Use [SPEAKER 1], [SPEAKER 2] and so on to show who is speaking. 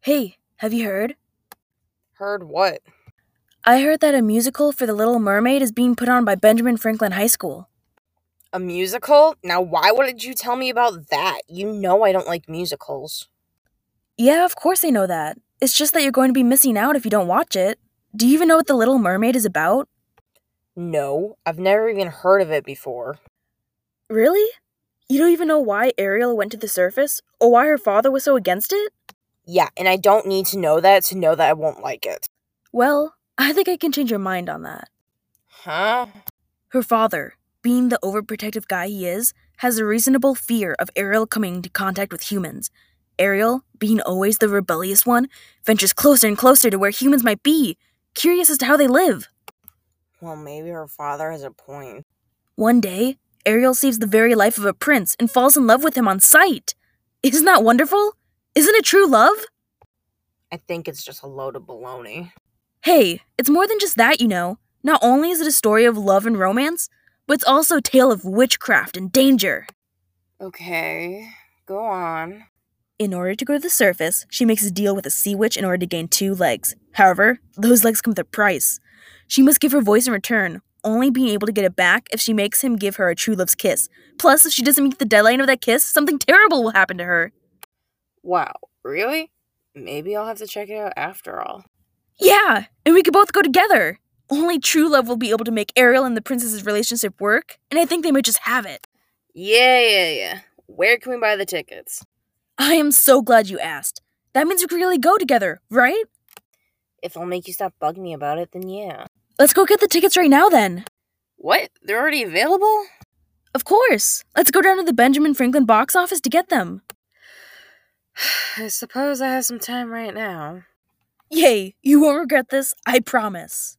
[SPEAKER 1] Hey, have you heard?
[SPEAKER 2] Heard what?
[SPEAKER 1] I heard that a musical for The Little Mermaid is being put on by Benjamin Franklin High School.
[SPEAKER 2] A musical? Now, why wouldn't you tell me about that? You know I don't like musicals.
[SPEAKER 1] Yeah, of course I know that. It's just that you're going to be missing out if you don't watch it. Do you even know what The Little Mermaid is about?
[SPEAKER 2] No, I've never even heard of it before.
[SPEAKER 1] Really? You don't even know why Ariel went to the surface or why her father was so against it?
[SPEAKER 2] Yeah, and I don't need to know that to know that I won't like it.
[SPEAKER 1] Well, I think I can change your mind on that.
[SPEAKER 2] Huh?
[SPEAKER 1] Her father, being the overprotective guy he is, has a reasonable fear of Ariel coming into contact with humans. Ariel, being always the rebellious one, ventures closer and closer to where humans might be, curious as to how they live.
[SPEAKER 2] Well, maybe her father has a point.
[SPEAKER 1] One day, Ariel saves the very life of a prince and falls in love with him on sight. Isn't that wonderful? Isn't it true love?
[SPEAKER 2] I think it's just a load of baloney.
[SPEAKER 1] Hey, it's more than just that, you know. Not only is it a story of love and romance, but it's also a tale of witchcraft and danger.
[SPEAKER 2] Okay, go on.
[SPEAKER 1] In order to go to the surface, she makes a deal with a sea witch in order to gain two legs. However, those legs come with a price. She must give her voice in return, only being able to get it back if she makes him give her a true love's kiss. Plus, if she doesn't meet the deadline of that kiss, something terrible will happen to her.
[SPEAKER 2] Wow, really? Maybe I'll have to check it out after all.
[SPEAKER 1] Yeah, and we could both go together. Only true love will be able to make Ariel and the princess's relationship work, and I think they might just have it.
[SPEAKER 2] Yeah, yeah, yeah. Where can we buy the tickets?
[SPEAKER 1] I am so glad you asked. That means we could really go together, right?
[SPEAKER 2] If I'll make you stop bugging me about it, then yeah.
[SPEAKER 1] Let's go get the tickets right now then.
[SPEAKER 2] What? They're already available?
[SPEAKER 1] Of course. Let's go down to the Benjamin Franklin box office to get them.
[SPEAKER 2] I suppose I have some time right now.
[SPEAKER 1] Yay, you won't regret this, I promise.